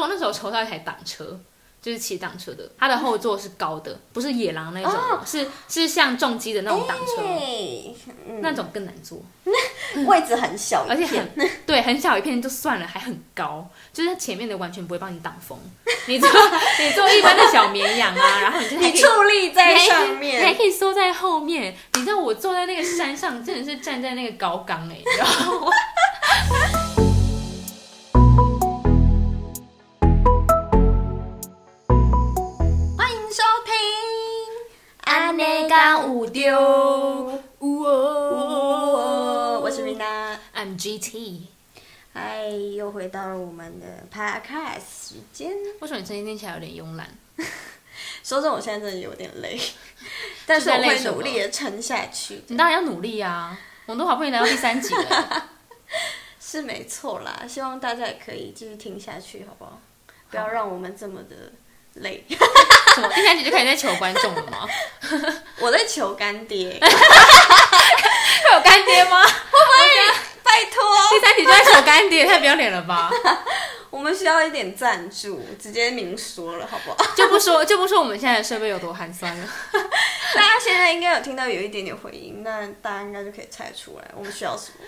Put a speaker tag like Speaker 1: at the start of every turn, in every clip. Speaker 1: 我那时候抽到一台挡车，就是骑挡车的，它的后座是高的，不是野狼那种，
Speaker 2: 哦
Speaker 1: 是是像重机的那种挡车，
Speaker 2: 对，哎嗯，
Speaker 1: 那种更难坐，
Speaker 2: 位置很小
Speaker 1: 而
Speaker 2: 一
Speaker 1: 且
Speaker 2: 片，
Speaker 1: 很对，很小一片就算了，还很高，就是前面的完全不会帮你挡风，你坐 你坐一般的小绵羊 啊，然后你就还
Speaker 2: 你
Speaker 1: 可以
Speaker 2: 矗立在
Speaker 1: 你还
Speaker 2: 上
Speaker 1: 你还
Speaker 2: 面，
Speaker 1: 可以缩在后面。你知道我坐在那个山上，真的是站在那个高岗 哎、然后
Speaker 2: 欢迎收听。
Speaker 1: 安内干五丢，
Speaker 2: 我
Speaker 1: 我
Speaker 2: 哦我是 Rina，
Speaker 1: 哦 I'm GT。
Speaker 2: 嗨，又回到了我们的 podcast 时间。
Speaker 1: 为什么你声音听起来有点慵懒？
Speaker 2: 说真的，我现在真的有点 累，但是
Speaker 1: 在
Speaker 2: 我
Speaker 1: 累
Speaker 2: 会
Speaker 1: 什么
Speaker 2: 努力的撑下去，
Speaker 1: 你当然要努力啊！我们都好不容易来到第三集了欸、
Speaker 2: 是没错啦。希望大家也可以继续听下去，好不好？不要让我们这么的 累。
Speaker 1: 什么第三集就开始在求观众了吗？
Speaker 2: 我在求干爹，
Speaker 1: 会有干爹吗？
Speaker 2: 拜托，
Speaker 1: 第三集就在求干爹，太不要脸了吧！
Speaker 2: 我们需要一点赞助，直接明说了，好不好？
Speaker 1: 就不说就不说我们现在的设备有多寒酸了。
Speaker 2: 大家现在应该有听到有一点点回音，那大家应该就可以猜出来我们需 要什么。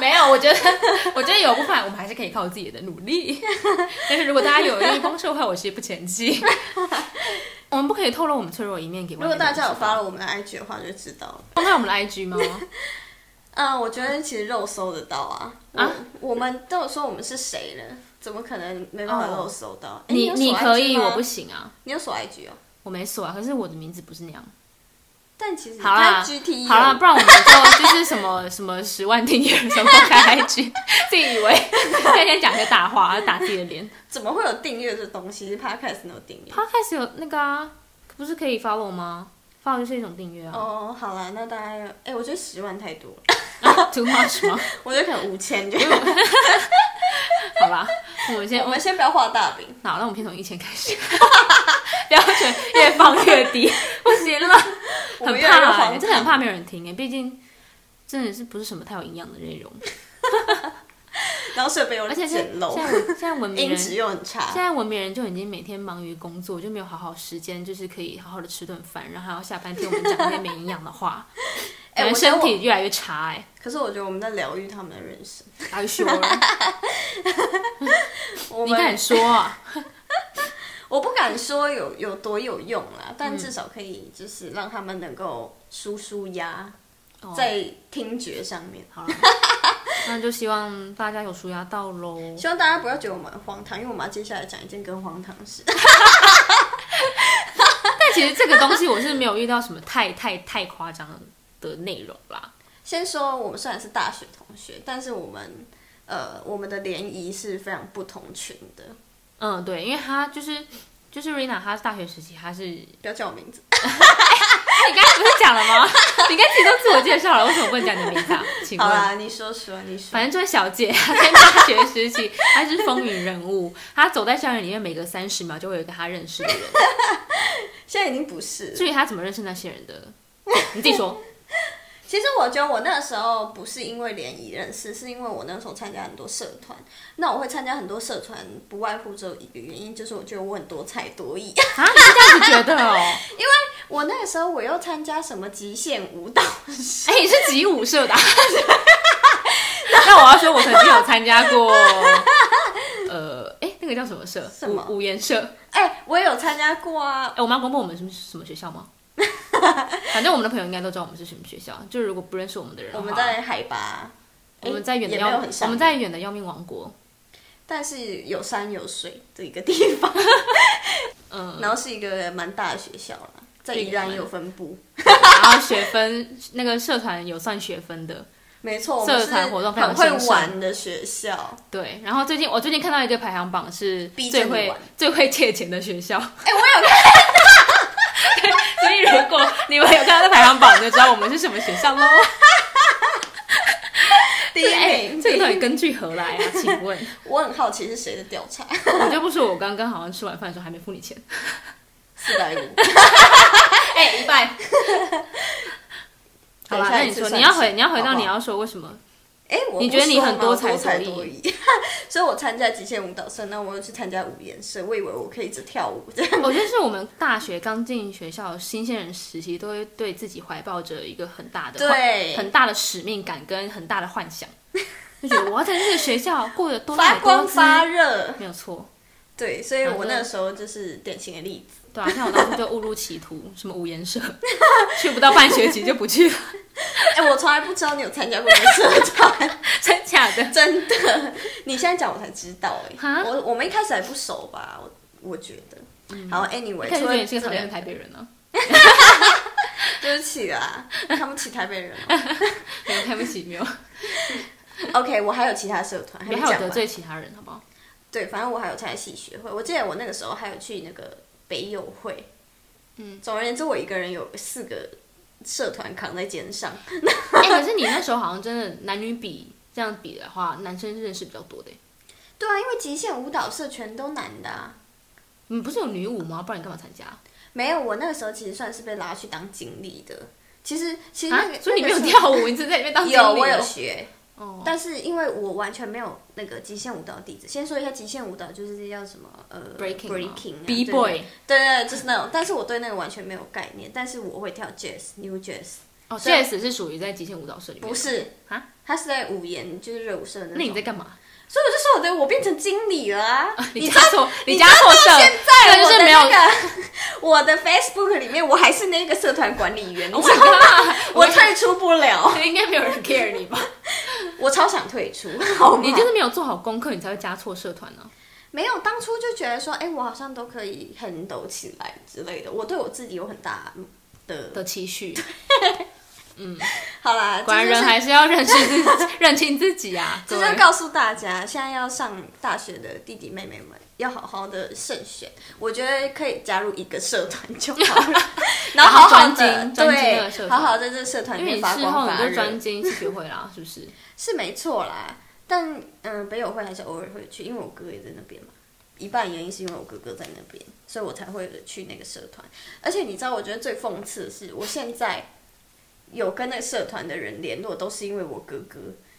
Speaker 1: 没有，我觉得， 我觉得有部分我们还是可以靠自己的努力。 但是如果大家有愿意帮助的话，我是不嫌 弃。我们不可以透露我们脆弱的一面给外面
Speaker 2: 如果
Speaker 1: 的
Speaker 2: 大
Speaker 1: 人知道。
Speaker 2: 家有发了我们的 IG 的话，就知道了。
Speaker 1: 公开我们的 IG 吗？
Speaker 2: 嗯，我觉得其实肉搜得到啊。
Speaker 1: 啊
Speaker 2: 我，我们都有说我们是谁了，怎么可能没办法
Speaker 1: 哦
Speaker 2: 肉搜到？诶
Speaker 1: 你
Speaker 2: 有
Speaker 1: 你
Speaker 2: 锁
Speaker 1: 可
Speaker 2: IG
Speaker 1: 以，
Speaker 2: 吗
Speaker 1: 我不行啊，
Speaker 2: 你有锁 IG 哦。
Speaker 1: 我没锁啊。可是我的名字不是那样。
Speaker 2: 但其实
Speaker 1: 好啦
Speaker 2: 他 E GT
Speaker 1: 好啦，
Speaker 2: 有
Speaker 1: 不然我们就就是什 么什么十万订阅什么开 IG，自己以为在天讲些大话，打自己的 脸。
Speaker 2: 怎么会有订阅这东西？Podcast 没有订阅。
Speaker 1: 他开始有那个啊，不是可以 follow 吗？follow 就是一种订阅啊。
Speaker 2: 哦，好啦，那大家要，哎、我觉得十万太多 了，
Speaker 1: Too much 吗？
Speaker 2: 我觉得可能五 千就。
Speaker 1: 好啦，我们先
Speaker 2: 我们先不要画大饼，
Speaker 1: 好，那我们先从一千开始， 标准越放越 低，不行了，
Speaker 2: 我
Speaker 1: 很
Speaker 2: 们越来越
Speaker 1: 怕、
Speaker 2: 荒
Speaker 1: 欸，
Speaker 2: 唐
Speaker 1: 真的很怕没有人听哎、欸，毕竟真的是不是什么太有营养的内容，
Speaker 2: 然后设备又
Speaker 1: 而且现
Speaker 2: 简
Speaker 1: 现在
Speaker 2: 陋，
Speaker 1: 文现在文明
Speaker 2: 音
Speaker 1: 人，
Speaker 2: 质
Speaker 1: 现
Speaker 2: 又很差。
Speaker 1: 在文明人就已经每天忙于工作，就没有好好时间，就是可以好好的吃顿饭，然后还要下班听我们讲那些没营养的话，
Speaker 2: 哎
Speaker 1: 感觉
Speaker 2: 我觉得
Speaker 1: 身
Speaker 2: 我
Speaker 1: 体越来越差哎、
Speaker 2: 可是我觉得我们在疗愈他们的人生。
Speaker 1: 欸，哎 呦，
Speaker 2: 我
Speaker 1: 你敢
Speaker 2: 们
Speaker 1: 说啊？
Speaker 2: 我不敢说有有多有用啦，
Speaker 1: 嗯
Speaker 2: 但至少可以就是让他们能够舒舒压，
Speaker 1: 哦
Speaker 2: 在听觉上面。
Speaker 1: 好了，那就希望大家有舒压到喽。
Speaker 2: 希望大家不要觉得我们很荒唐，因为我们要接下来讲一件更荒唐的事。
Speaker 1: 但其实这个东西我是没有遇到什么太太太夸张的内容啦。
Speaker 2: 先说，我们虽然是大学同学，但是我们呃，我们的联谊是非常不同群的。
Speaker 1: 嗯，对，因为他就是就是 Rina，她大学时期她是，你
Speaker 2: 不要叫我名字，
Speaker 1: 刚才不是讲了吗？ 你刚才都自我介绍了，为什么不能讲你的名字啊？请
Speaker 2: 好
Speaker 1: 问？
Speaker 2: 啦，你说说，你说
Speaker 1: 反。正这位小姐， 她在大学时期，她是风云人物。她走在校园里面，每隔三十秒就会有一个她认识的人。
Speaker 2: 现在已经不是。
Speaker 1: 至于她怎么认识那些人的，你自己说。
Speaker 2: 其实我觉得我那时候不是因为联谊认识，是因为我那时候参加很多社团。那我会参加很多社团，不外乎只有一个原因，就是我觉得我很多才多 艺。
Speaker 1: 啊，你是这样子觉得哦？
Speaker 2: 我那个时候我又参加什么极限舞蹈 社，
Speaker 1: 哎、你是集舞社的、啊？ 那我要说，我曾经有参加 过，呃，哎、那个叫什么社？
Speaker 2: 什么
Speaker 1: 舞舞研社？哎、
Speaker 2: 哎、我也有参加过啊。
Speaker 1: 我们要公布我们什么什么学校 吗？反正我们的朋友应该都知道我们是什么学校，就是如果不认识我们的人的
Speaker 2: 我
Speaker 1: 话，
Speaker 2: 们在海拔，
Speaker 1: 我们在远的
Speaker 2: 也
Speaker 1: 要
Speaker 2: 没有很上
Speaker 1: 我们在远的要命王国，
Speaker 2: 但是有山有水的一个地 方，
Speaker 1: 嗯，
Speaker 2: 然后是一个蛮大的学校啦，在宜兰有分部。
Speaker 1: 然后学分那个社团有算学分的，
Speaker 2: 没错，我们
Speaker 1: 社
Speaker 2: 是
Speaker 1: 团活动非常
Speaker 2: 很会
Speaker 1: 兴盛
Speaker 2: 玩的学校。
Speaker 1: 对。然后最近我最近看到一个排行榜是
Speaker 2: 逼着
Speaker 1: 最
Speaker 2: 你
Speaker 1: 会
Speaker 2: 玩
Speaker 1: 最会借钱的学校。
Speaker 2: 哎、我有看，
Speaker 1: 所以如果你们有看到这排行榜，你就知道我们是什么学校 喽。
Speaker 2: 第一
Speaker 1: 哎、
Speaker 2: 名，
Speaker 1: 这个到底根据何来啊？请 问，
Speaker 2: 我很好奇是谁的调查，
Speaker 1: 我就不说，我刚刚好像吃完饭的时候还没付你钱。
Speaker 2: 四 百五。
Speaker 1: 哎、一 半。好啦，那
Speaker 2: 等一下
Speaker 1: 你说
Speaker 2: 一次
Speaker 1: 你要
Speaker 2: 算
Speaker 1: 回，
Speaker 2: 钱
Speaker 1: 你要回
Speaker 2: 好
Speaker 1: 到
Speaker 2: 不好
Speaker 1: 你要说为什么？
Speaker 2: 哎，我
Speaker 1: 你
Speaker 2: 不
Speaker 1: 觉得你
Speaker 2: 说
Speaker 1: 很
Speaker 2: 吗
Speaker 1: 多
Speaker 2: 我
Speaker 1: 才
Speaker 2: 才
Speaker 1: 多
Speaker 2: 多艺， 所以我参加极限舞蹈社，那我又去参加舞颜社，我以为我可以一直跳舞 这样。
Speaker 1: 我觉得是我们大学刚进学校新鲜人时期，都会对自己怀抱着一个很大的幻
Speaker 2: 对，
Speaker 1: 很大的使命感跟很大的幻 想，就觉得我要在这个学校过得多
Speaker 2: 发
Speaker 1: 彩多
Speaker 2: 光
Speaker 1: 姿，
Speaker 2: 发热。
Speaker 1: 没有错。
Speaker 2: 对，所以
Speaker 1: 反
Speaker 2: 我
Speaker 1: 正
Speaker 2: 那时候就是典型的例子。
Speaker 1: 对啊，像我当初就误入歧途，什么五颜社， 去不到半学期就不去了，
Speaker 2: 哎，我从来不知道你有参加过这个社团，
Speaker 1: 真假的？
Speaker 2: 真的。你现在讲我才知道哎
Speaker 1: 哈，
Speaker 2: 我我们一开始还不熟吧？我我觉得。
Speaker 1: 嗯
Speaker 2: 然后 anyway，
Speaker 1: 看就觉
Speaker 2: 除了
Speaker 1: 得你是个
Speaker 2: 这
Speaker 1: 讨厌的
Speaker 2: 个
Speaker 1: 台北人呢、
Speaker 2: 对不起啦，看不起台北人哦。
Speaker 1: 啊，没有看不起，没有，
Speaker 2: OK，我还有其他社团，
Speaker 1: 别
Speaker 2: 没
Speaker 1: 还有
Speaker 2: 讲
Speaker 1: 得
Speaker 2: 完。
Speaker 1: 罪其他人，好不 好？
Speaker 2: 对，反正我还有参加戏学会，我记得我那个时候还有去那个北友会。
Speaker 1: 嗯，
Speaker 2: 总而言之，我一个人有四个社团扛在肩上。
Speaker 1: 哎、可是你那时候好像真的男女比这样比的话，男生认识比较多的欸。
Speaker 2: 对啊，因为极限舞蹈社全都男的啊。
Speaker 1: 你不是有女舞吗？不然你干嘛参加？
Speaker 2: 没有，我那个时候其实算是被拉去当经理的。其实其实那个、
Speaker 1: 啊，所以你没有
Speaker 2: 那个时候
Speaker 1: 跳舞，你只是在里面当经理
Speaker 2: 有我
Speaker 1: 哦
Speaker 2: 有学，
Speaker 1: 哦，
Speaker 2: 但是因为我完全没有那个极限舞蹈底子。先说一下极限舞蹈，就是这叫什么呃
Speaker 1: breaking 吗
Speaker 2: breaking 啊
Speaker 1: b
Speaker 2: 对
Speaker 1: boy
Speaker 2: 对对，对就是那种。但是我对那个完全没有概念，但是我会跳 jazz new jazz。
Speaker 1: 哦
Speaker 2: 所以
Speaker 1: ，jazz 是属于在极限舞蹈社里面，
Speaker 2: 啊不？是
Speaker 1: 啊，
Speaker 2: 他是在五研，就是热舞社的那
Speaker 1: 那你在
Speaker 2: 种。
Speaker 1: 干嘛？
Speaker 2: 所以我就说我的我变成经理了啊、
Speaker 1: 你
Speaker 2: 你
Speaker 1: 加错，
Speaker 2: 你
Speaker 1: 加错社，
Speaker 2: 现
Speaker 1: 这
Speaker 2: 在我
Speaker 1: 就是
Speaker 2: 的
Speaker 1: 没有
Speaker 2: 那 个 我的 Facebook 里面，我还是那个社团管 理员，你知道吗 我退出不了，
Speaker 1: 应该没有人 care 你吧？
Speaker 2: 我超想 退出，好吗
Speaker 1: 你就是没有做好功课，你才会加错社团呢、
Speaker 2: 没有当初就觉得说，哎、我好像都可以 handle 起来之类的，我对我自己有很大的。
Speaker 1: 的期许。
Speaker 2: 好啦，这
Speaker 1: 果然
Speaker 2: 就是
Speaker 1: 人还是要认识自己， 认清自己啊！
Speaker 2: 这
Speaker 1: 各
Speaker 2: 就
Speaker 1: 位
Speaker 2: 告诉大家，现在要上大学的弟弟妹妹们，要好好的慎选。我觉得可以加入一个社团就 好了，然后好好
Speaker 1: 然后专
Speaker 2: 的
Speaker 1: 精专精那个社
Speaker 2: 对，好
Speaker 1: 团
Speaker 2: 好在这个社团里
Speaker 1: 因为
Speaker 2: 面
Speaker 1: 你
Speaker 2: 发
Speaker 1: 事
Speaker 2: 光
Speaker 1: 后你
Speaker 2: 发
Speaker 1: 就
Speaker 2: 热
Speaker 1: 专精学会啦，是不是？
Speaker 2: 是没错啦。但嗯，北友会还是偶尔会去，因为我哥也在那边嘛。一半原因是因为我哥哥在那边，所以我才会去那个社团。而且你知道，我觉得最讽刺的是，我现在有跟那个社团的人联络，都是因为我哥哥。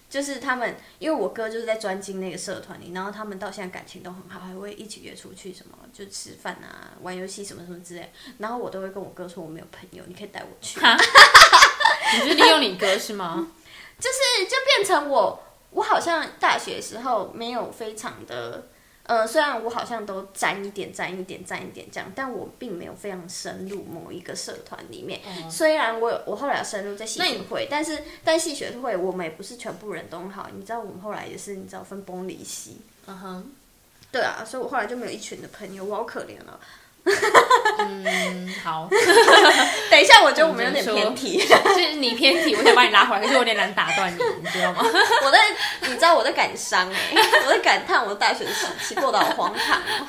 Speaker 2: 就是他们，因为我哥就是在专精那个社团里，然后他们到现在感情都很好，还会一起约出去什么，就吃饭啊、玩游戏什么什么之类。然后我都会跟我哥说我没有朋友，你可以带我去。
Speaker 1: 你是利用你哥是吗？
Speaker 2: 就是就变成我，我好像大学时候没有非常的，呃，虽然我好像都沾一点、沾一点、沾一点这样，但我并没有非常深入某一个社团里面。虽然我有我后来有深入在戏
Speaker 1: 嗯那
Speaker 2: 学
Speaker 1: 你
Speaker 2: 会，但是但戏学会我们也不是全部人都很好，你知道我们后来也是你知道分崩离析。
Speaker 1: 嗯哼，
Speaker 2: 对啊，所以我后来就没有一群的朋友，我好可怜 哦。
Speaker 1: 嗯，好，
Speaker 2: 等一下，我觉得我们有点
Speaker 1: 我们说
Speaker 2: 偏题。
Speaker 1: 就是你偏题，我想把你拉回来，可是我有点难打断你，你知道吗？
Speaker 2: 我在，你知道我在感伤哎、 我在感叹我大学时期过得好荒唐哦。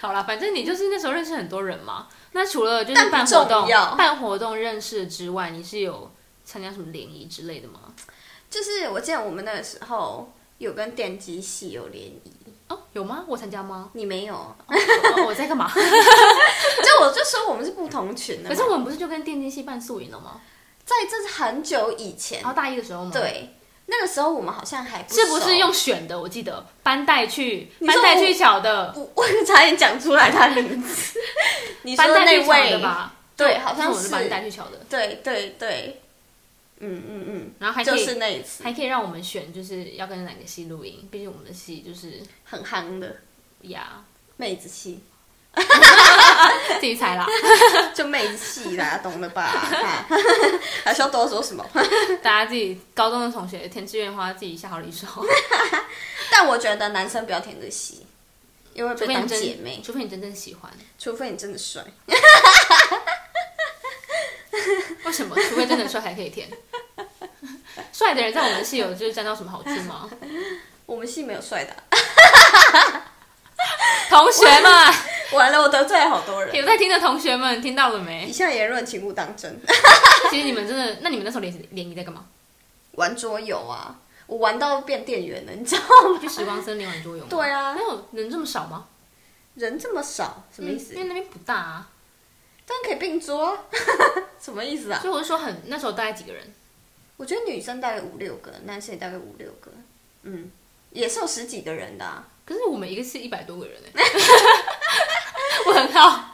Speaker 1: 好啦，反正你就是那时候认识很多人嘛。那除了就是
Speaker 2: 但不
Speaker 1: 办活
Speaker 2: 重
Speaker 1: 动、
Speaker 2: 要
Speaker 1: 办活动认识之外，你是有参加什么联谊之类的吗？
Speaker 2: 就是我记得我们那个时候有跟电机系有联谊，
Speaker 1: 哦，有吗？我参加吗？
Speaker 2: 你没有？
Speaker 1: 哦我在干 嘛？
Speaker 2: 就我就说我们是不同群的
Speaker 1: 可
Speaker 2: 嘛。
Speaker 1: 是我们不是就跟电竞系办素营了吗？
Speaker 2: 在这是很久以前，
Speaker 1: 然后大一的时候吗？，
Speaker 2: 对，那个时候我们好像还不
Speaker 1: 哦是不
Speaker 2: 熟
Speaker 1: 是用选的？我记得班带去
Speaker 2: 你
Speaker 1: 班
Speaker 2: 说我
Speaker 1: 带去小的，
Speaker 2: 我 我差点讲出来他名字， 你说
Speaker 1: 班带去
Speaker 2: 那
Speaker 1: 小的
Speaker 2: 位？
Speaker 1: 吧？
Speaker 2: 对，好像
Speaker 1: 我们班带去小的，
Speaker 2: 对对对，嗯嗯
Speaker 1: 然后还
Speaker 2: 嗯，
Speaker 1: 可
Speaker 2: 就
Speaker 1: 以、
Speaker 2: 是那一次
Speaker 1: 还可以让我们选，就是要跟哪个系录音。毕竟我们的系就是
Speaker 2: 很夯的
Speaker 1: 呀，
Speaker 2: 妹 子系，
Speaker 1: 自己猜 啦，
Speaker 2: 就妹子系啦，懂 了吧？哈 还需要多说什么？
Speaker 1: 大家自己高中的同学填志愿的话，自己下好离 手，
Speaker 2: 但我觉得男生不要填这戏，因为
Speaker 1: 除
Speaker 2: 被
Speaker 1: 非
Speaker 2: 当
Speaker 1: 你真
Speaker 2: 姐妹，
Speaker 1: 除非你真正喜欢。
Speaker 2: 除非你真的帅。
Speaker 1: 为什么？除非真的帅才可以填。 帅的人在我们系有就是占到什么好处 吗？
Speaker 2: 我们系没有帅的啊、
Speaker 1: 同学们，
Speaker 2: 完了，我得罪了好多人。
Speaker 1: 有在听的同学们，听到了没
Speaker 2: 以？下言论请勿当真。
Speaker 1: 其实你们真的，那你们那时候联联谊在干嘛？
Speaker 2: 玩桌游啊，我玩到变店员了，你知道吗？
Speaker 1: 去时光森林玩桌游吗？
Speaker 2: 对啊
Speaker 1: 没有人这么少吗？
Speaker 2: 人这么少，什么意思？
Speaker 1: 因为那边不大啊，
Speaker 2: 但可以并桌啊，什么意思啊？
Speaker 1: 所以我就说很那时候大概几个人，
Speaker 2: 我觉得女生大概五六个，男生也大概五六个，嗯，也是有十几个人的、啊。
Speaker 1: 可是我们一个是一百多个人 哎、 我很好。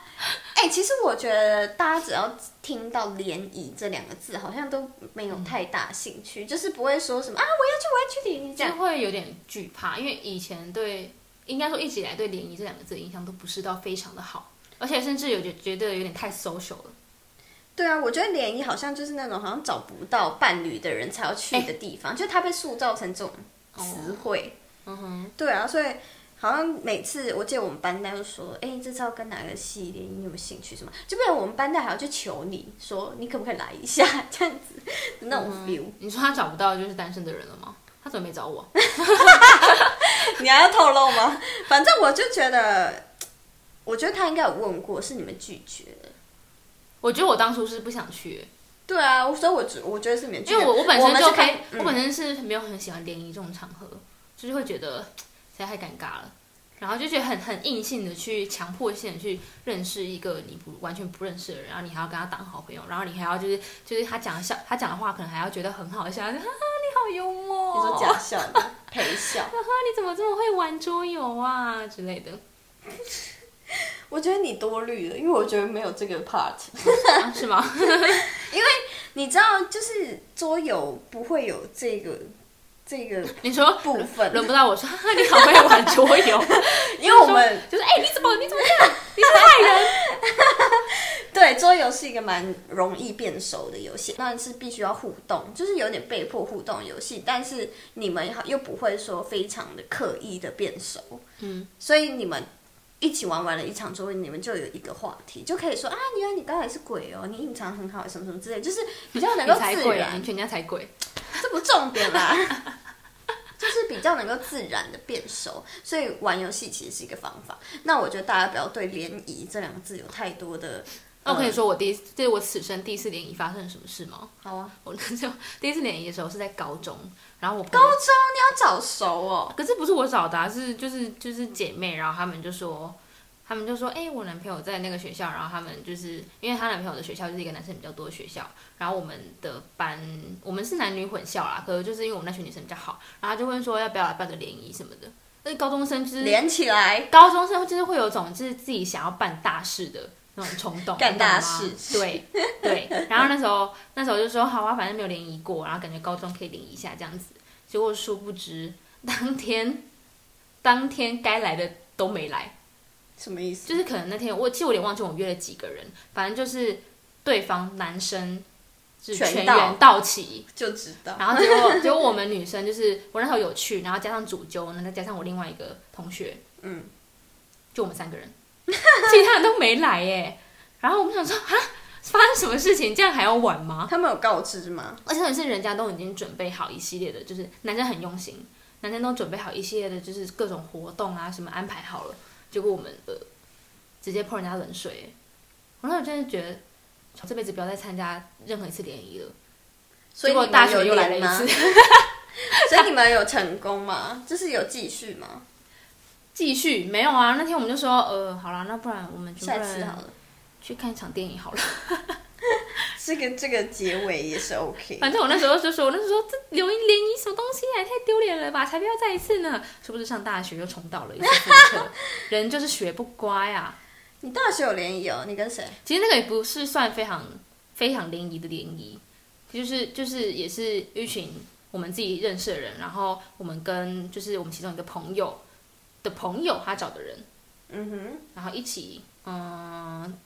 Speaker 2: 哎、其实我觉得大家只要听到“联谊”这两个字，好像都没有太大兴趣，就是不会说什么啊，我要去，我要去联谊这
Speaker 1: 就
Speaker 2: 样。
Speaker 1: 会有点惧怕，因为以前对，应该说一直以来对联谊这两个字的印象都不是到非常的好，而且甚至有觉觉得有点太 social 了。
Speaker 2: 对啊，我觉得联谊好像就是那种好像找不到伴侣的人才要去的地方，就它被塑造成这种词汇。
Speaker 1: 嗯哼，
Speaker 2: 对啊，所以好像每次我记得我们班代就说，哎、这次要跟哪个系联谊，你有没有兴趣什么？就变成我们班代还要去求你说，你可不可以来一下这样子的那种 feel。
Speaker 1: 你说他找不到就是单身的人了吗？他怎么没找 我？
Speaker 2: 你还要透露吗？反正我就觉得，我觉得他应该有问过，是你们拒绝了。
Speaker 1: 我觉得我当初是不想去，
Speaker 2: 对啊，所以我只我觉得是嗯你们拒
Speaker 1: 因
Speaker 2: 绝，
Speaker 1: 为我
Speaker 2: 我
Speaker 1: 本身
Speaker 2: 们
Speaker 1: 就是非
Speaker 2: 开，
Speaker 1: 我本身是没有很喜欢联谊这种场合，就是会觉得实在太尴尬了，然后就觉得很很硬性的去强迫性的去认识一个你不完全不认识的人，然后你还要跟他当好朋友，然后你还要就是就是他讲的笑，他讲的话可能还要觉得很好笑，就哈哈你好幽默，哦
Speaker 2: 你说假笑的陪 笑，
Speaker 1: 你怎么这么会玩桌游啊之类的，
Speaker 2: 我觉得你多虑了，因为我觉得没有这个 part。
Speaker 1: 啊是吗？
Speaker 2: 你知道，就是桌游不会有这个这个
Speaker 1: 你说
Speaker 2: 部 分，
Speaker 1: 轮不到我说哈哈你好会玩桌游，
Speaker 2: 因为我们
Speaker 1: 就是哎、你怎么你怎么这 样，你是害人。
Speaker 2: 对，桌游是一个蛮容易变熟的游戏，但是必须要互动，就是有点被迫互动的游戏。但是你们又不会说非常的刻意的变熟，
Speaker 1: 嗯，
Speaker 2: 所以你们一起玩完了一场桌游，你们就有一个话题，就可以说啊，原来你刚才是鬼哦，你隐藏很好，什么什么之类，就是比较能
Speaker 1: 你
Speaker 2: 够
Speaker 1: 才
Speaker 2: 自
Speaker 1: 鬼啊！
Speaker 2: 然
Speaker 1: 你，全家才鬼。
Speaker 2: 这不重点啦，就是比较能够自然的变熟，所以玩游戏其实是一个方法。那我觉得大家不要对联谊这两个字有太多的。
Speaker 1: 那我跟你哦
Speaker 2: 嗯
Speaker 1: 说，我第一次，这是我此生第一次联谊发生了什么事吗？
Speaker 2: 好啊，
Speaker 1: 我那时候第一次联谊的时候是在高中，然后我
Speaker 2: 高
Speaker 1: 高，
Speaker 2: 中你要早熟哦。
Speaker 1: 可是不是我找的、啊，是就是就是姐妹，然后她们就说，她们就说，哎、我男朋友在那个学校，然后她们就是因为她男朋友的学校就是一个男生比较多的学校，然后我们的班我们是男女混校啦，可是就是因为我们那群女生比较好，然后她就问说要不要来办个联谊什么的，那高中生就是
Speaker 2: 连起来，
Speaker 1: 高中生就是会有种就是自己想要办大事的那种冲动，
Speaker 2: 干大
Speaker 1: 你懂吗
Speaker 2: 事
Speaker 1: 对对。然后那时候那时候就说好啊，反正没有联谊过，然后感觉高中可以联谊一下这样子。结果殊不知当天当天该来的都没来，
Speaker 2: 什么意思？
Speaker 1: 就是可能那天我其实我有点忘记我约了几个人，反正就是对方男生是
Speaker 2: 全
Speaker 1: 全
Speaker 2: 到
Speaker 1: 员到齐，
Speaker 2: 就知道
Speaker 1: 然后结果结果我们女生就是我那时候有去，然后加上主揪，然后再加上我另外一个同学，
Speaker 2: 嗯，
Speaker 1: 就我们三个人， 其他人都没来耶。然后我们想说啊，发生什么事情？这样还要玩吗？
Speaker 2: 他们有告知吗？
Speaker 1: 而且重点是人家都已经准备好一系列的，就是男生很用心，男生都准备好一系列的，就是各种活动啊什么安排好了，结果我们呃直接泼人家冷水耶。我那时候真的觉得，这辈子不要再参加任何一次联谊了。
Speaker 2: 所以
Speaker 1: 结果
Speaker 2: 你们
Speaker 1: 大学
Speaker 2: 有
Speaker 1: 又来了
Speaker 2: 连
Speaker 1: 一
Speaker 2: 吗
Speaker 1: 次。。
Speaker 2: 所以你们有成功吗？就是有继续吗？
Speaker 1: 继续没有啊？那天我们就说，呃，好啦，那不然我们就
Speaker 2: 下次好了，
Speaker 1: 去看一场电影好了。
Speaker 2: 这个这个结尾也是 OK。
Speaker 1: 反正我那时候就说，我那时候说这留联谊什么东西啊，也太丢脸了吧，才不要再一次呢。殊不知上大学又重蹈了一次覆辙，人就是学不乖啊。
Speaker 2: 你大学有联谊哦？你跟谁？
Speaker 1: 其实那个也不是算非常非常联谊的联谊，就是就是也是一群我们自己认识的人，然后我们跟就是我们其中一个朋友的朋友他找的人，
Speaker 2: 嗯哼，
Speaker 1: 然后一起，嗯，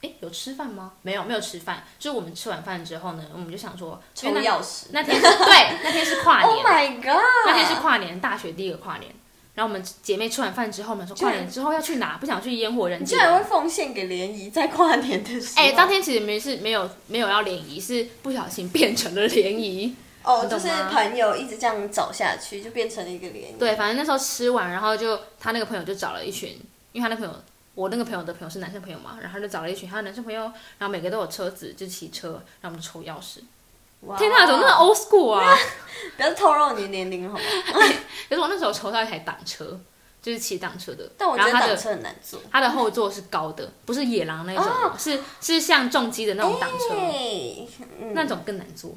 Speaker 1: 哎，有吃饭吗？没有，没有吃饭。就是我们吃完饭之后呢，我们就想说，
Speaker 2: 抽
Speaker 1: 因为
Speaker 2: 钥匙。
Speaker 1: 那那天是对，那天是跨
Speaker 2: Oh
Speaker 1: 年，
Speaker 2: my god！
Speaker 1: 那天是跨年，大学第一个跨年。然后我们姐妹吃完饭之后，我们说
Speaker 2: 居
Speaker 1: 跨
Speaker 2: 然
Speaker 1: 年之后要去哪？不想去烟火人
Speaker 2: 你
Speaker 1: 节
Speaker 2: 居。然会奉献给联谊，在跨年的时候。啊
Speaker 1: 哎，当天其实没是没有没有要联谊，是不小心变成了联谊。
Speaker 2: 哦，
Speaker 1: 你
Speaker 2: 就
Speaker 1: 懂
Speaker 2: 是
Speaker 1: 吗
Speaker 2: 朋友一直这样找下去，就变成了一个联谊。
Speaker 1: 对，反正那时候吃完，然后就他那个朋友就找了一群，因为他那朋友，我那个朋友的朋友是男生朋友嘛，然后他就找了一群他的男生朋友，然后每个都有车子，就骑车，然后我们就抽钥匙。
Speaker 2: 哇，哦
Speaker 1: 天哪，怎么那么 old school 啊？
Speaker 2: 不要透露你的年龄好吗？
Speaker 1: 可是我那时候抽到一台挡车，就是骑挡车的，
Speaker 2: 但我觉
Speaker 1: 然
Speaker 2: 得
Speaker 1: 后它
Speaker 2: 挡
Speaker 1: 的
Speaker 2: 车很难坐。
Speaker 1: 它的后座是高的，不是野
Speaker 2: 哦
Speaker 1: 狼那种，是是像重机的那种挡车，
Speaker 2: 哎，嗯
Speaker 1: 那种更难坐。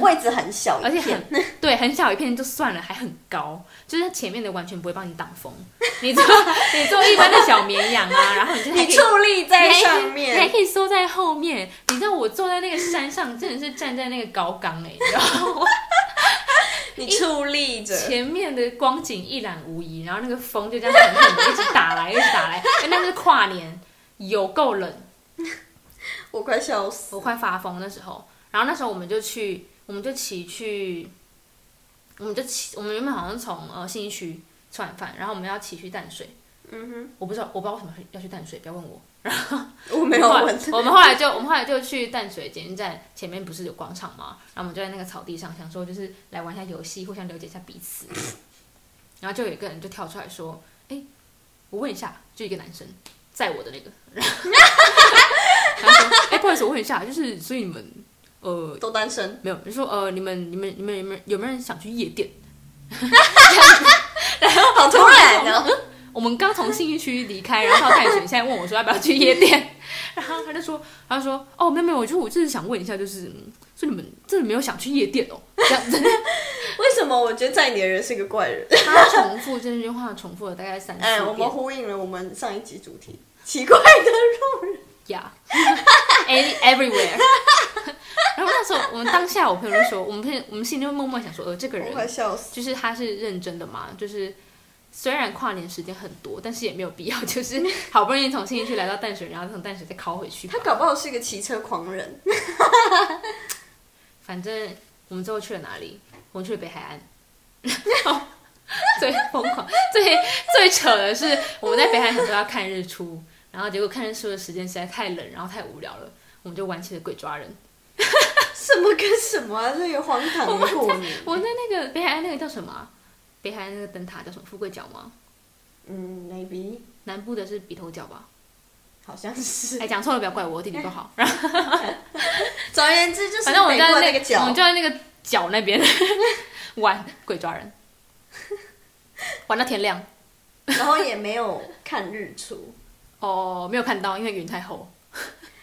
Speaker 2: 位置很小
Speaker 1: 而
Speaker 2: 一
Speaker 1: 且
Speaker 2: 片，
Speaker 1: 很 对，很小一片就算了，还很高，就是前面的完全不会帮你挡 风。你坐你坐一般的小绵羊啊，然后你就还
Speaker 2: 你
Speaker 1: 可以
Speaker 2: 矗立在
Speaker 1: 你还
Speaker 2: 上
Speaker 1: 你还
Speaker 2: 面，
Speaker 1: 可以缩在后面。你知道我坐在那个山上，真的是站在那个高岗哎、你知 道吗
Speaker 2: 你矗立着，
Speaker 1: 前面的光景一览无遗，然后那个风就这样狠狠的一直打来，一直打来。 哎那是跨年，有够冷，
Speaker 2: 我快笑死。
Speaker 1: 我快发疯那时候。然后那时候我们就去，我们就骑去，我们就骑，我们原本好像从呃信义区吃完饭，然后我们要骑去淡水。
Speaker 2: 嗯
Speaker 1: 我不知道，我不知道为什么要去淡水，不要问我。
Speaker 2: 哼，我没有
Speaker 1: 后来
Speaker 2: 问。
Speaker 1: 我们后来就我们后来就去淡水捷运站前面不是有广场吗？然后我们就在那个草地上，想说就是来玩一下游戏，互相了解一下彼此。然后就有一个人就跳出来说：“哎、我问一下，就一个男生在我的那个。然后”然后说：“哎、不好意思，我问一下，就是所以你们呃
Speaker 2: 都单身，
Speaker 1: 没有，就说呃你们你们你们你们有没有人想去夜店？
Speaker 2: 好突然哦！
Speaker 1: 我们刚从信义区离开，然后到淡水，现在问我说要不要去夜店，然后他就说，他就说，哦，没有没有，我就我就是想问一下，就是，嗯所以你们真的没有想去夜店哦？这样子，
Speaker 2: 为什么我觉得在你的人是个怪人？
Speaker 1: 他重复这句话，哦重复了大概三
Speaker 2: 哎，
Speaker 1: 四
Speaker 2: 我们
Speaker 1: 遍
Speaker 2: 呼应了我们上一集主题， 奇怪的路人。
Speaker 1: 呀，any everywhere。然后那时候我们当下，我朋友就说，我们朋友我们心里就默默想说，呃，这个
Speaker 2: 我
Speaker 1: 人
Speaker 2: 快笑死！
Speaker 1: 就是他是认真的嘛，就是虽然跨年时间很多，但是也没有必要，就是好不容易从信义区来到淡水，然后从淡水再靠回去吧。
Speaker 2: 他搞不好是个骑车狂人，
Speaker 1: 反正我们最后去了哪里？我们去了北海岸。 最疯狂、最最扯的是，我们在北海岸想说要看日出，然后结果看日出的时间实在太冷，然后太无聊了，我们就玩起了鬼抓人。
Speaker 2: 什么跟什么啊？这个荒唐的过年。
Speaker 1: 我们在那个北海岸那个叫什么啊？北海岸那个灯塔叫什么？富贵角吗？
Speaker 2: 嗯，maybe
Speaker 1: 南部的是鼻头角吧？
Speaker 2: 好像是
Speaker 1: 哎，。讲错了不要怪我，我地理不 好。
Speaker 2: 总而言之，就是
Speaker 1: 反正我们
Speaker 2: 北
Speaker 1: 就
Speaker 2: 部
Speaker 1: 在
Speaker 2: 的
Speaker 1: 那
Speaker 2: 那个
Speaker 1: 我
Speaker 2: 角
Speaker 1: 们就，在那个角那边 玩鬼抓 人，玩到天亮。
Speaker 2: 然后也没有看日出，
Speaker 1: 哦，没有看到，因为云太厚。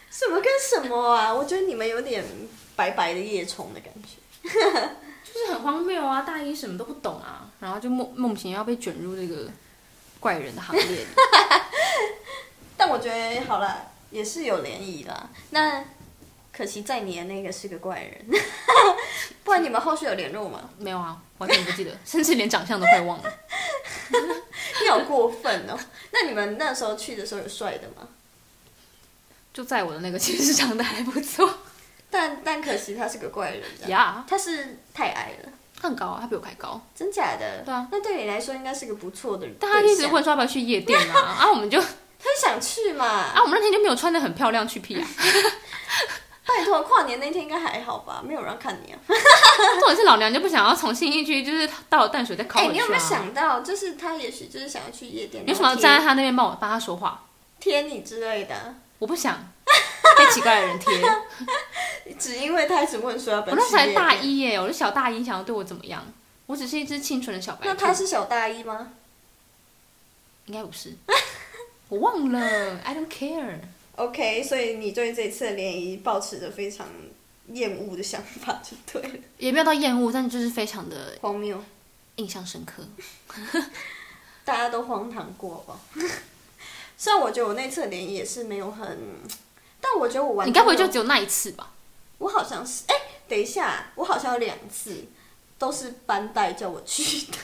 Speaker 2: 什么跟什么啊？我觉得你们有点白白的夜虫的感觉。
Speaker 1: 就是很荒谬啊！大一什么都不懂啊，然后就莫莫名其妙被卷入这个怪人的行列 里。
Speaker 2: 但我觉得好了，也是有涟漪啦。那可惜在你的那个是个怪人， 不然你们后续有联络吗？
Speaker 1: 没有啊，完全不记得，甚至连长相都快忘了。
Speaker 2: 你好过分哦！那你们那时候去的时候有帅的吗？
Speaker 1: 就在我的那个， 其实长得还不错
Speaker 2: 但但可惜他是个怪人，这样
Speaker 1: 呀
Speaker 2: 他是太矮了，
Speaker 1: 他很高啊，他比我还高。
Speaker 2: 真假的？
Speaker 1: 对啊
Speaker 2: 那对你来说应该是个不错的人。
Speaker 1: 但他一直
Speaker 2: 对象
Speaker 1: 问说要不要去夜店啊，啊，我们就啊，
Speaker 2: 他想去嘛？
Speaker 1: 我们那天就没有穿的很漂亮去屁 啊。
Speaker 2: 拜托，跨年那天应该还好吧？没有人要看你啊！
Speaker 1: 重点是老娘就不想要从信义区，就是到了淡水再考
Speaker 2: 哎、
Speaker 1: 回去、啊。
Speaker 2: 你有没有？想到，就是他也许就是想要去夜店，
Speaker 1: 有什么
Speaker 2: 然后
Speaker 1: 站在他那边帮我帮他说话？
Speaker 2: 贴贴你之类的？
Speaker 1: 我不 想被奇怪的人贴。
Speaker 2: 只因为他一直问说要不
Speaker 1: 我
Speaker 2: 要
Speaker 1: 那
Speaker 2: 去
Speaker 1: 时候才
Speaker 2: 夜
Speaker 1: 大
Speaker 2: 店
Speaker 1: 一耶，我是小大一，想要对我怎么样？我只是一只清纯的小白兔。
Speaker 2: 那他是小大一吗？
Speaker 1: 应该不是，我忘了，I don't care。
Speaker 2: OK，所以你对这次的联谊抱持着非常厌恶的想法就对了，
Speaker 1: 也没有到厌恶，但就是非常的
Speaker 2: 荒谬，
Speaker 1: 印象深刻。
Speaker 2: 大家都荒唐过吧？ 虽然我觉得我那次的联谊也是没有很，但我觉得我完
Speaker 1: 你
Speaker 2: 全
Speaker 1: 该不会就
Speaker 2: 没有
Speaker 1: 只有那一次吧？
Speaker 2: 我好像是哎、等一下，我好像有两次都是班带叫我去的，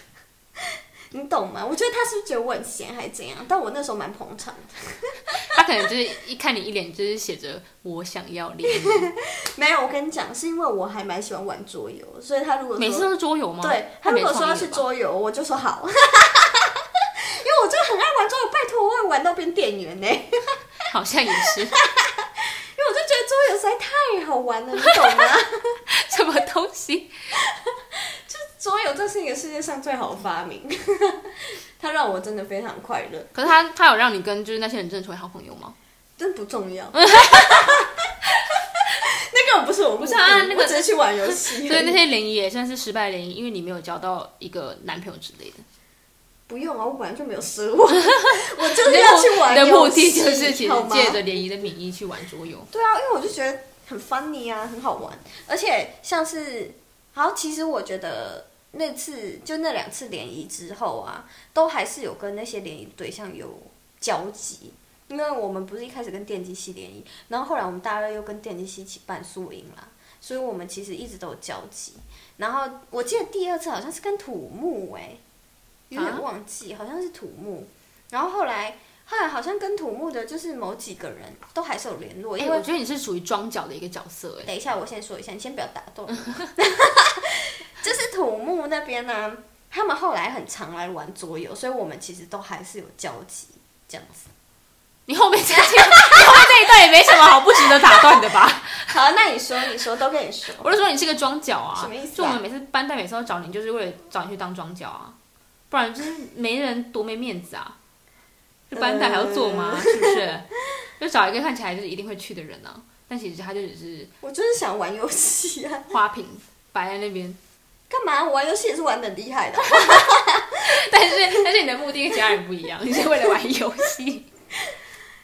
Speaker 2: 你懂吗？我觉得他是不是觉得我很闲还是怎样？但我那时候蛮捧场的，
Speaker 1: 他可能就是一看你一脸就是写着我想要恋爱，
Speaker 2: 没有，我跟你讲，是因为我还蛮喜欢玩桌游，所以他 如果说
Speaker 1: 每次都是桌游吗？
Speaker 2: 对他
Speaker 1: 太哦
Speaker 2: 如
Speaker 1: 没
Speaker 2: 果说
Speaker 1: 创
Speaker 2: 要
Speaker 1: 意
Speaker 2: 去
Speaker 1: 了吧，
Speaker 2: 桌游，我就说好，因 为我就很爱玩桌游，拜托，我也玩到变店员呢、 因
Speaker 1: 好像也是
Speaker 2: 为我就觉得桌游实在太好玩了，你懂 吗？
Speaker 1: 什么东西。
Speaker 2: 桌游这是一个世界上最好的发明， 它让我真的非常快乐，
Speaker 1: 可是他他有让你跟就是那些人真的成为好朋友吗？
Speaker 2: 真不 重要。那个不是我不
Speaker 1: 是啊那个
Speaker 2: 我只是去玩游戏而已，
Speaker 1: 所以那些联谊也算是失败联谊，因为你没有交到一个男朋友之类的。
Speaker 2: 不用啊，我本来就没有奢望，我就是要去玩
Speaker 1: 你的目
Speaker 2: 游
Speaker 1: 的
Speaker 2: 戏，
Speaker 1: 就是其实
Speaker 2: 好吗？
Speaker 1: 借着联谊的名义去玩桌游。
Speaker 2: 对啊，因为我就觉得很 funny 啊，很好玩。而且像是，好，其实我觉得那次就那两次联谊之后啊，都还是有跟那些联谊对象有交集。因为我们不是一开始跟电机系联谊，然后后来我们大二又跟电机系一起办宿营啦，所以我们其实一直都有交集。然后我记得第二次好像是跟土木哎、有
Speaker 1: 啊
Speaker 2: 点忘记，好像是土木。然后后来后来好像跟土木的就是某几个人都还是有联络，
Speaker 1: 哎、
Speaker 2: 因为
Speaker 1: 我觉得你是属于装脚的一个角色、哎，
Speaker 2: 等一下，我先说一下，你先不要打断我。 就是土木那边呢、他们后来很常来玩桌游，所以我们其实都还是有交集这样子。
Speaker 1: 你后面 这你后面这一段也没什么好不值得打断的吧？
Speaker 2: 好，那你说，你说，都跟你说。
Speaker 1: 我就说你是个装脚啊，
Speaker 2: 什么意思啊
Speaker 1: 就我们每次班代每次都找你，就是为了找你去当装脚啊，不然就是没人多没面子啊。就班代还要做吗？是不是？就找一个看起来就是一定会去的人啊，但其实他就只是
Speaker 2: 我就是想玩游戏啊，
Speaker 1: 花瓶摆在那 边，
Speaker 2: 干嘛？我玩游戏也是玩的厉害的。
Speaker 1: 但是但是你的目的跟其他人不一样，你是为了玩游戏。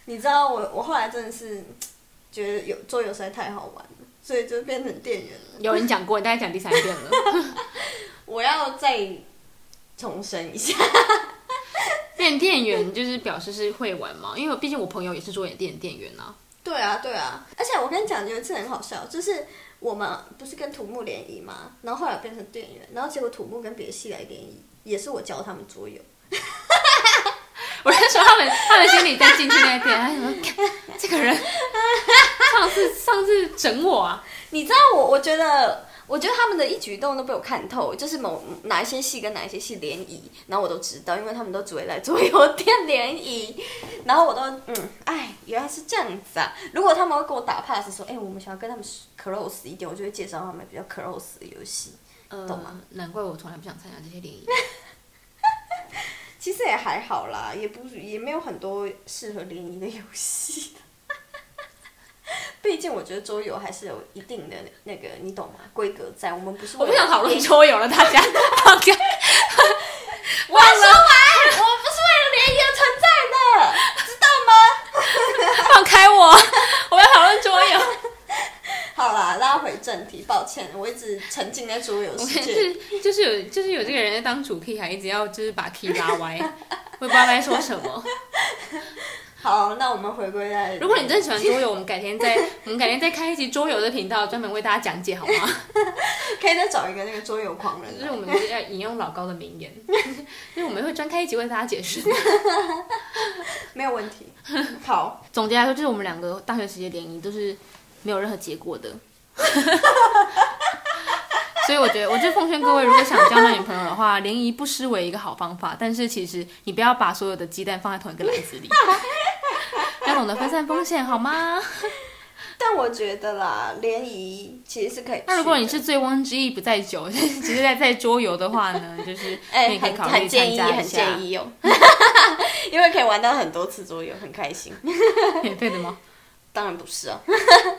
Speaker 2: 你知道我，我后来真的是觉得有桌游实在太好玩了，所以就变成店员了。
Speaker 1: 有人讲过，你大概讲第三遍了。
Speaker 2: 我要再重申一下。
Speaker 1: 变店员就是表示是会玩嘛，因为毕竟我朋友也是做演店店员啊。
Speaker 2: 对啊，对啊，而且我跟你讲，有一次很好笑，就是我们不是跟土木联谊嘛，然后后来变成店员，然后结果土木跟别的系来联谊，也是我教他们桌游。
Speaker 1: 我在说他们，他们心里在进去那一点，他想说，干这个人上次上次整我啊，
Speaker 2: 你知道我，我觉得，我觉得他们的一举一动都被我看透，就是某哪一些系跟哪一些系联谊，然后我都知道，因为他们都只会来桌游店联谊，然后我都嗯，哎，原来是这样子啊。如果他们会给我打 pass 说，哎、我们想要跟他们 close 一点，我就会介绍他们比较 close 的游戏。
Speaker 1: 呃
Speaker 2: 懂啊吗？
Speaker 1: 难怪我从来不想参加这些联谊。
Speaker 2: 其实也还好啦，也不也没有很多适合联谊的游戏。 毕竟我觉得桌游还是有一定的那个，你懂吗？规格在，我们不是
Speaker 1: 我
Speaker 2: 为
Speaker 1: 不
Speaker 2: 了
Speaker 1: 想讨论
Speaker 2: 联谊
Speaker 1: 桌游了，大家放 开。
Speaker 2: 我要说完，我们不是为了联谊而存在的，知道吗？
Speaker 1: 放开我！我们要讨论桌游，
Speaker 2: 好啦，拉回正题，抱歉，我一直沉浸在桌游
Speaker 1: 我
Speaker 2: 世
Speaker 1: 看
Speaker 2: 界。
Speaker 1: 是就是有就是有这个人在当主 key，还一直要就是把 key 拉歪，我也不知道该说什么。
Speaker 2: 好，那我们回归在，
Speaker 1: 如果你真的喜欢桌游，我们改天再 我们改天再开一集桌游的频道，专门为大家讲解好 吗？
Speaker 2: 可以再找一个那个桌游狂人啊
Speaker 1: 就
Speaker 2: 来，
Speaker 1: 是我们要引用老高的名 言，因为我们会专开一集为大家解释。
Speaker 2: 没有问题。好，
Speaker 1: 总结来说，就是我们两个大学时期的联谊都是没有任何结果的。 所以我觉得，我就奉劝各位，如果想交到女朋友的话，联谊不失为一个好方法。但是其实你不要把所有的鸡蛋放在同一个篮 子里，要懂得分散风险，好吗？
Speaker 2: 但我觉得啦，联谊其实是可以去的。
Speaker 1: 那如果你是醉翁之意不在酒， 只是在在桌游的话 呢，就是
Speaker 2: 哎、
Speaker 1: 你可以
Speaker 2: 很
Speaker 1: 考虑
Speaker 2: 很建
Speaker 1: 参
Speaker 2: 议，
Speaker 1: 加一
Speaker 2: 很
Speaker 1: 下
Speaker 2: 建，议哦， 因为可以玩到很多次桌游，很开心。
Speaker 1: 免费的吗？
Speaker 2: 当然不是啊，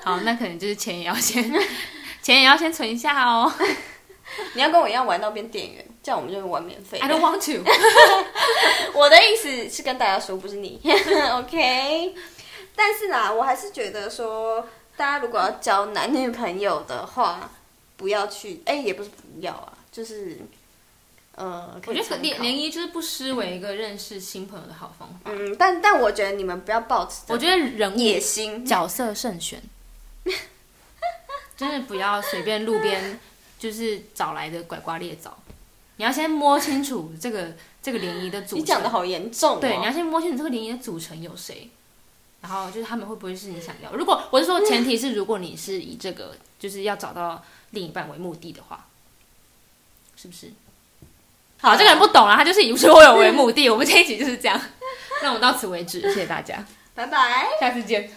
Speaker 1: 好，那可能就是钱也要先， 钱也要先存一下 哦。
Speaker 2: 你要跟我一样玩到变店员，这样我们就玩免费
Speaker 1: I
Speaker 2: 的。
Speaker 1: don't want to。
Speaker 2: 我的意思是跟大家说，不是你 ，OK？但是啦，我还是觉得说，大家如果要交男女朋友的话，不要去，哎、也不是不要啊，就是，呃，可
Speaker 1: 我
Speaker 2: 以
Speaker 1: 觉得
Speaker 2: 参考
Speaker 1: 联联谊就是不失为一个认识新朋友的好方法。
Speaker 2: 嗯，但但我觉得你们不要抱持
Speaker 1: 我
Speaker 2: 着
Speaker 1: 觉得人物
Speaker 2: 野心，
Speaker 1: 角色慎 选，真的不要随便路边 就是找来的拐瓜裂枣。你要先摸清楚这个这个联谊的组成，
Speaker 2: 你讲的好严重、哦，
Speaker 1: 对，你要先摸清楚这个联谊的组成有谁，然后就是他们会不会是你想要。如果我是说，前提是如果你是以这个就是要找到另一半为目的的话，是不是？好，这个人不懂啊，他就是以所有为目 的。我们 这一集就是这样，那我们到此为止，谢谢大家，
Speaker 2: 拜拜。
Speaker 1: 下次见。